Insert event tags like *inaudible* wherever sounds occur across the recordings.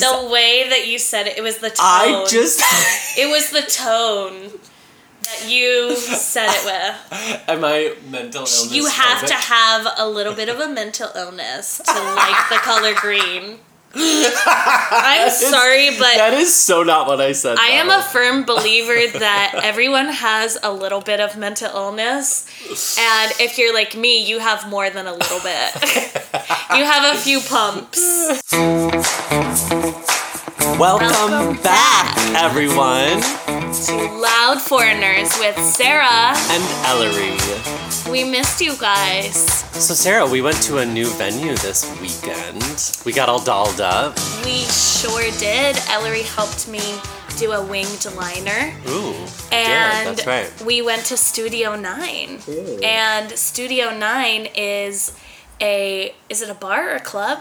The way that you said it, it was the tone. I *laughs* just It was the tone that you said it with. am I mental illness. You have to phobic? have a little bit of a mental illness to like the color green. *laughs* I'm sorry, but That is so not what I said. I am a Valerie. firm believer that everyone has a little bit of mental illness. And if you're like me, you have more than a little *laughs* bit. you have a few pumps. Welcome, Welcome back, everyone, Loud Foreigners with Sarah. and Ellery. We missed you guys. So Sarah, we went to a new venue this weekend. We got all dolled up. We sure did. Ellery helped me do a winged liner. Ooh, yeah, And that's right. we went to Studio 9. And Studio 9 is a is it a bar or a club?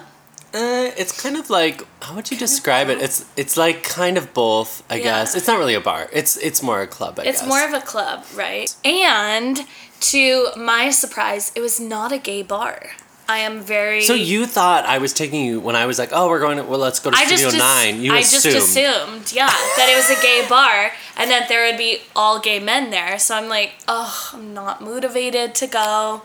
Uh, it's kind of like how would you describe it? It's it's like kind of both, I Yeah. guess. It's not really a bar. It's it's more a club. I It's guess. more of a club, right? And to my surprise, it was not a gay bar. I am very So you thought I was taking you when I was like, oh, we're going to well, let's go to I just Studio as- Nine. You I assumed. just assumed, yeah, that it was a gay bar and that there would be all gay men there. So I'm like, oh, I'm not motivated to go.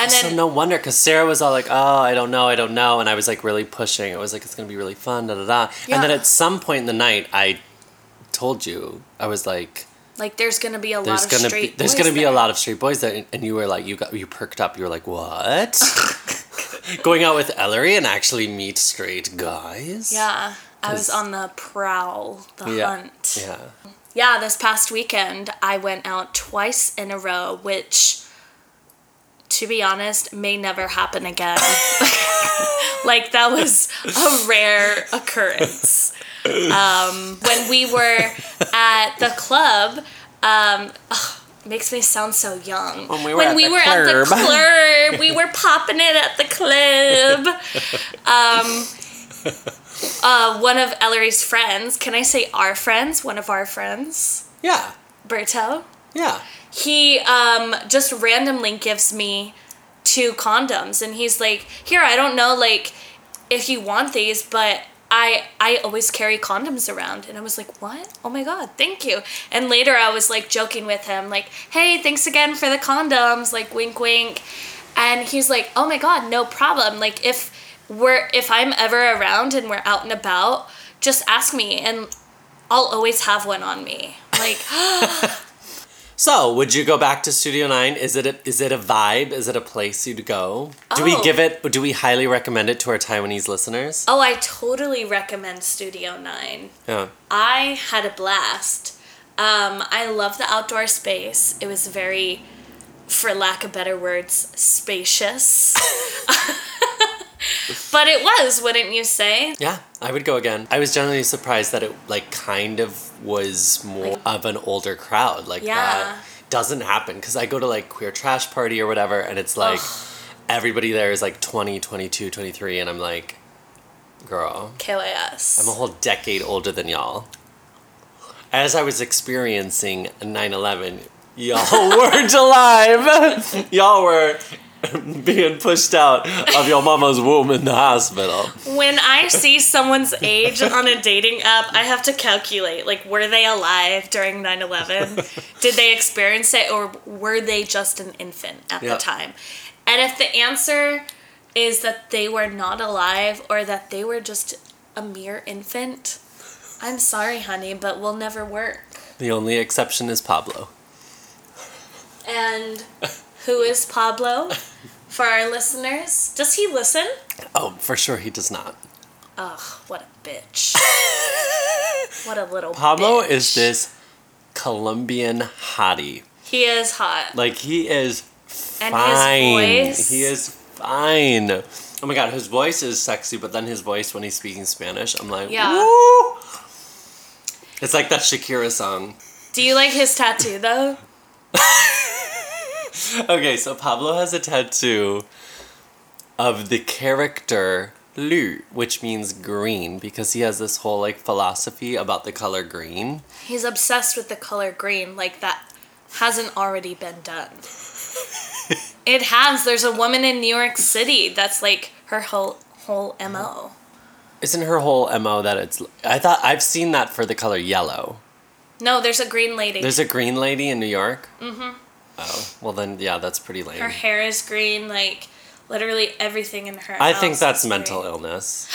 And so then no wonder, because Sarah was all like, "Oh, I don't know, I don't know," and I was like really pushing. I was like, "It's gonna be really fun." Da da da. Yeah. And then at some point in the night, I told you I was like, like there's gonna be a lot "There's of gonna be straight there's boys gonna be a there. lot of straight boys there," and you were like, you got you perked up. You were like, "What?" *laughs* Going out with Ellery and actually meet straight guys. Yeah. I was 'Cause- on the prowl, the Yeah. hunt. Yeah. Yeah, this past weekend I went out twice in a row, which to be honest, may never happen again. *laughs* like that was a rare occurrence. Um, when we were at the club, um, ugh, makes me sound so young. When we were at we the were at the club. club, we were popping it at the club. Um, uh, one of Ellery's friends, can I say our friends? One of our friends, Yeah. Berto Yeah. he um, just randomly gives me two condoms and he's like here i don't know like if you want these but i i always carry condoms around and i was like what oh my god thank you and later i was like joking with him like hey thanks again for the condoms like wink wink and he's like oh my god no problem like if we're if i'm ever around and we're out and about just ask me and i'll always have one on me like So, would you go back to Studio Nine? Is it a, is it a vibe? Is it a place you'd go? Do we Oh. give it? Do we highly recommend it to our Taiwanese listeners? Oh, I totally recommend Studio 9. Yeah. I had a blast. Um, I love the outdoor space. It was very, for lack of better words, spacious. *laughs* but it was, wouldn't you say? Yeah, I would go again. I was generally surprised that it like kind of was more of an older crowd. Like Yeah. that doesn't happen because I go to like queer trash party or whatever and it's like everybody there is like 20, 22, 23 and I'm like girl, KYS. I'm a whole decade older than y'all. As I was experiencing 9 11, y'all *laughs* weren't alive. *laughs* y'all were being pushed out of your mama's womb in the hospital. when I see someone's age on a dating app, I have to calculate like, were they alive during 9 11? Did they experience it, or were they just an infant at Yeah. the time? And if the answer is that they were not alive or that they were just a mere infant, I'm sorry, honey, but we'll never work. The only exception is Pablo. And who is Pablo for our listeners? Does he listen? Oh, for sure he does not. Ugh, what a bitch. What a little Pablo bitch. is this Colombian hottie. He is hot. Like he is And fine. his voice. He is fine. Oh my god, his voice is sexy, but then his voice when he's speaking Spanish, I'm like, Yeah. woo! It's like that Shakira song. *laughs* Do you like his tattoo though? Okay, so Pablo has a tattoo of the character Lu, which means green, because he has this whole like philosophy about the color green. He's obsessed with the color green, like that hasn't already been *laughs* done. it has. There's a woman in New York City that's like her whole whole MO. Isn't her whole mo that it's? I thought I've seen that for the color yellow. No, there's a green lady. There's a green lady in New York. Mm-hmm. Oh well, then yeah, that's pretty lame. her hair is green, like literally everything in her. I think house that's is mental illness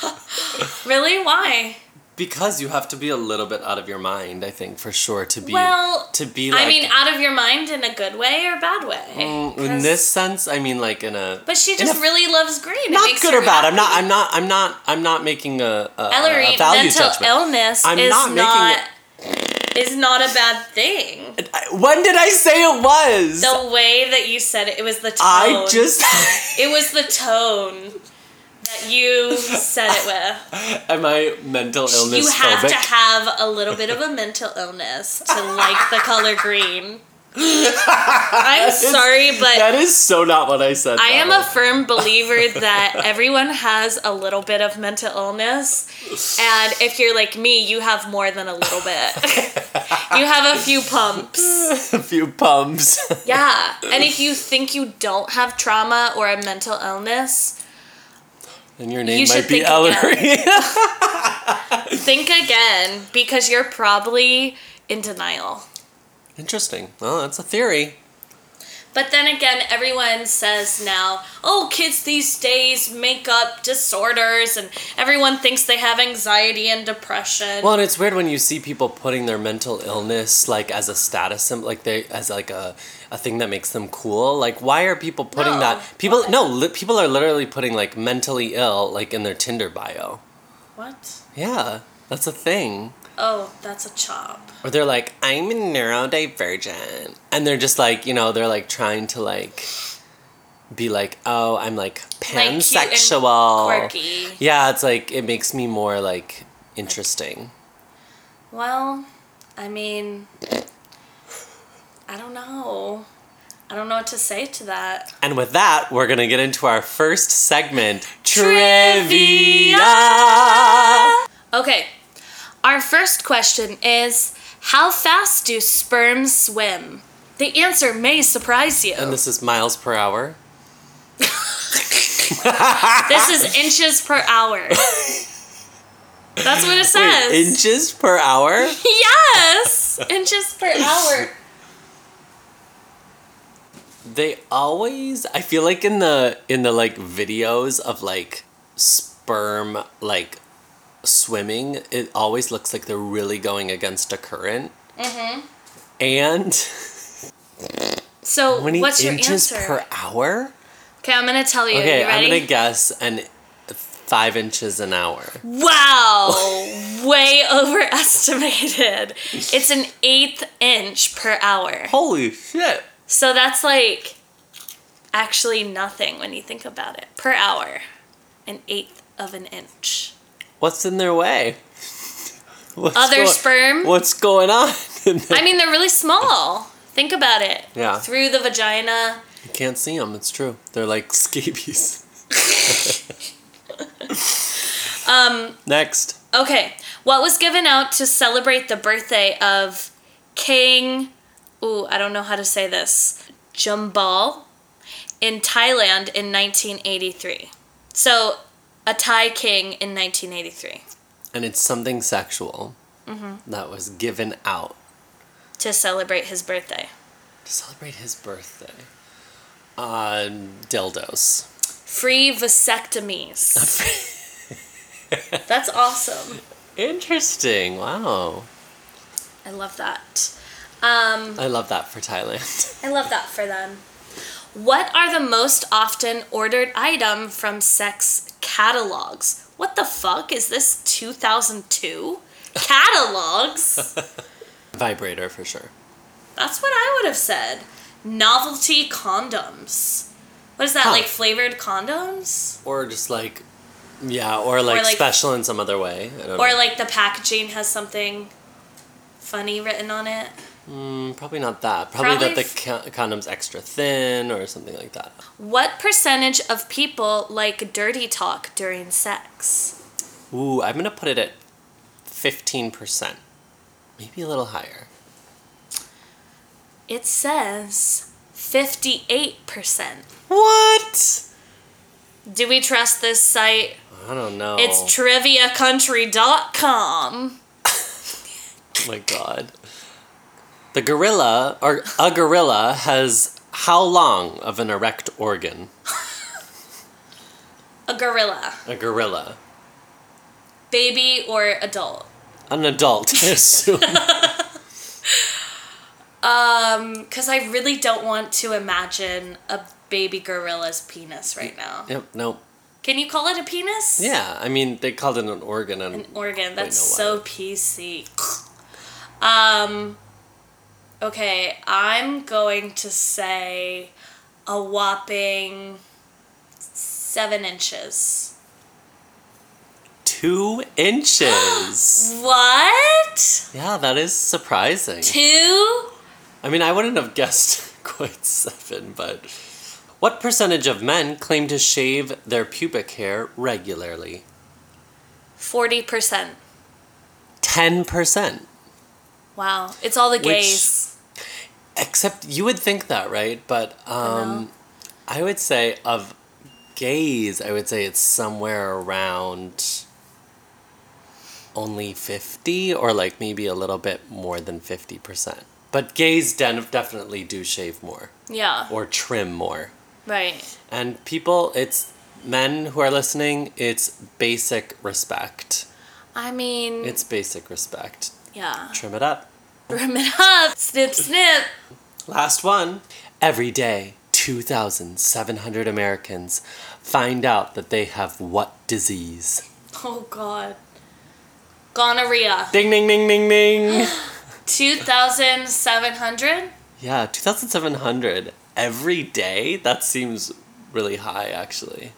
green. Really? Why? because you have to be a little bit out of your mind. I think for sure to be Well, to be like I mean, out of your mind in a good way or bad way. mm, in 'Cause- this sense. I mean, like in a But she in just a- really loves green. It not makes good her or bad. I'm not. happy. I'm not. I'm not. I'm not making a, a, Ellery, a value mental judgment. illness I'm is not not, making is not a bad thing. I- when did I say it was? The way that you said it, it was the tone. I just. *laughs* it was the tone that you said it with. am I mental *laughs* illness You have phobic? to have a little bit of a mental illness to like the color *laughs* green. I'm sorry, but that is so not what I said. I am a Donald. firm believer that everyone has a little bit of mental illness. And if you're like me, you have more than a little bit. you have a few pumps. *laughs* a few pumps. *laughs* Yeah. And if you think you don't have trauma or a mental illness, and your name You should might be think again. Ellery. *laughs* think again because you're probably in denial. Interesting. Well, that's a theory. But then again, everyone says now, oh, kids these days make up disorders, and everyone thinks they have anxiety and depression. Well, and it's weird when you see people putting their mental illness like as a status symbol, like they as like a a thing that makes them cool. Like, why are people putting No, that? People why? no, li- people are literally putting like mentally ill like in their Tinder bio. what? Yeah, that's a thing. Oh, that's a chop. Or they're like, I'm a neurodivergent, and they're just like, you know, they're like trying to like be like, oh, I'm like Like cute and pansexual. quirky. Yeah, it's like it makes me more like interesting. Well, I mean, I don't know. I don't know what to say to that. And with that, we're gonna get into our first segment, Trivia! trivia. Okay, our first question is How fast do sperms swim? The answer may surprise you. And this is miles per hour. This is inches per *laughs* hour. That's what it says. Wait, inches per hour. yes, inches *laughs* per hour. they always i feel like in the in the like videos of like sperm like swimming it always looks like they're really going against a current mm-hmm. and So how many what's your inches answer? per hour okay, I'm gonna tell you. okay you i'm ready? gonna guess an five inches an hour Wow, way *laughs* overestimated. It's an eighth inch per hour. holy shit So that's like actually nothing when you think about it. Per hour, an eighth of an inch. what's in their way *laughs* What's Other go- sperm? what's going on in there? I mean, they're really small. Think about it. Yeah. Through the vagina. you can't see them it's true they're *laughs* like *laughs* scabies um next Okay, what was given out to celebrate the birthday of King? Ooh, I don't know how to say this. Jumbal in Thailand in 1983. So, a Thai king in 1983 and it's something sexual mm-hmm. that was given out to celebrate his birthday. to celebrate his birthday. Um, dildos. *laughs* Free vasectomies. That's awesome. Interesting. Wow. I love that. Um, I love that for *laughs* Thailand. I love that for them. What are the most often ordered item from sex catalogs? What the fuck is this 2002? *laughs* Catalogs? Vibrator for sure. That's what I would have said. Novelty condoms. What is that Huh. like flavored condoms? Or just like, yeah, or like, like- special in some other way. I don't Or know. like the packaging has something funny written on it? Mm, probably not that. Probably, Probably that the con- condom's extra thin or something like that. What percentage of people like dirty talk during sex? Ooh, I'm gonna put it at 15%. Maybe a little higher. It says 58%. What? Do we trust this site? I don't know. It's triviacountry.com. Oh my god. The gorilla, or a gorilla, has how long of an erect organ? A gorilla. A gorilla. Baby or adult? An adult, *laughs* I assume. Because I really don't want to imagine a baby gorilla's penis right now. yep, nope. Can you call it a penis? Yeah, I mean, they called it an organ. And, Organ. That's no so PC. Um. Okay, I'm going to say a whopping seven inches. two *gasps* inches. What? yeah, that is surprising. Two? I mean, I wouldn't have guessed *laughs* quite seven, but. What percentage of men claim to shave their pubic hair regularly? 40%. 10%. Wow. It's all the Which- gays. Except you would think that, right? But um, I would say of gays, I would say it's somewhere around only 50 or like maybe a little bit more than 50%. But gays den- definitely do shave more yeah. or trim more. right. And people, it's men who are listening, it's basic respect. I mean, It's basic respect. yeah. *laughs* Trim it up. Trim it up. Snip, snip. Last one. Every day, 2,700 Americans find out that they have what disease? Oh, God. Gonorrhea. Ding, ding, ding, *gasps* ding, ding. 2,700? yeah, 2,700 every day? That seems really high, actually.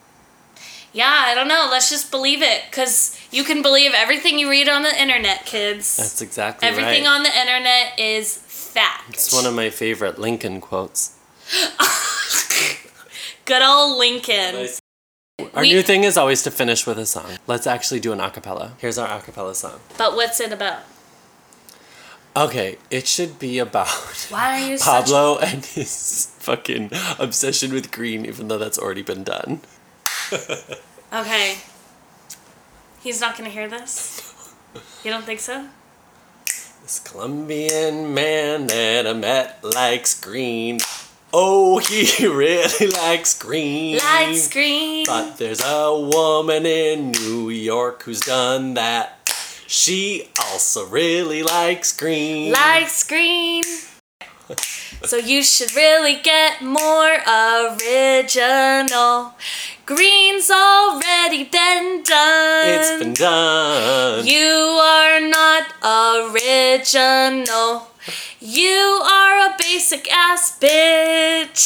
Yeah, I don't know. Let's just believe it. Because you can believe everything you read on the internet, kids. That's exactly everything right. on the internet is fact. it's one of my favorite Lincoln quotes. *laughs* Good old Lincoln. Our We- new thing is always to finish with a song. Let's actually do an acapella. Here's our acapella song. But what's it about? Okay, it should be about Why are you such Pablo and his fucking obsession with green, even though that's already been done. Okay. He's not gonna hear this? You don't think *laughs* so? This Colombian man that I met likes green. Oh, he *laughs* really likes green. Light screen. But there's a woman in New York who's done that. She also really likes green. Light screen. So you should really get more original. Green's already been done. it's been done. You are not original. You are a basic ass bitch.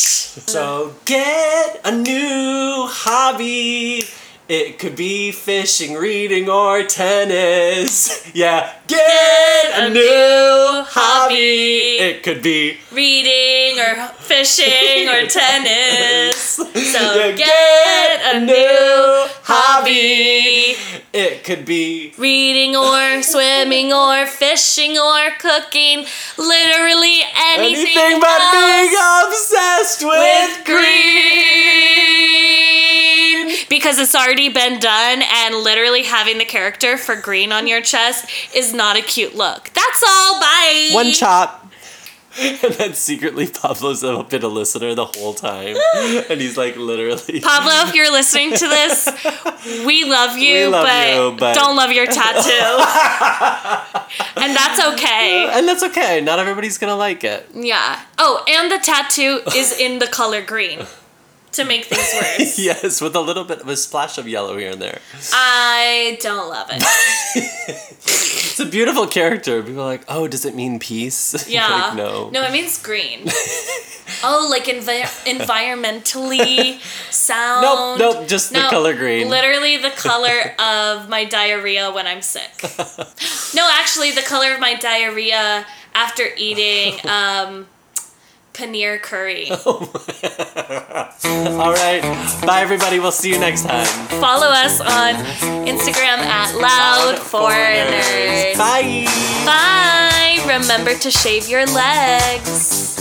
So get a new hobby. It could be fishing, reading, or tennis. *laughs* Yeah, get a new hobby. It could be reading or fishing or tennis. So Yeah, get a new hobby. It could be Reading or swimming or fishing or cooking. Literally anything, anything but being else obsessed with with green. Because it's already been done, and literally having the character for green on your chest is not a cute look. That's all. Bye. one chop. *laughs* And then secretly, Pablo's been a listener the whole *laughs* time, and he's like literally. Pablo, if you're listening to this, we love you, We love but, you, but- don't love your *laughs* tattoo. and that's okay. and that's okay. Not everybody's gonna like it. Yeah. Oh, and the tattoo is in the color green to make things worse. *laughs* Yes, with a little bit of a splash of yellow here and there. I don't love *laughs* it. It's a beautiful character. People are like, oh, does it mean peace? *laughs* Yeah. like, no. No, it means green. oh, like envi- environmentally sound. *laughs* Nope, nope, just the color green. Literally *laughs* the color of my diarrhea when I'm sick. no, actually, the color of my diarrhea after *laughs* eating um, paneer curry. All right. Bye, everybody. We'll see you next time. Follow us on Instagram at Loud Foreigners. Bye. Bye. Remember to shave your legs.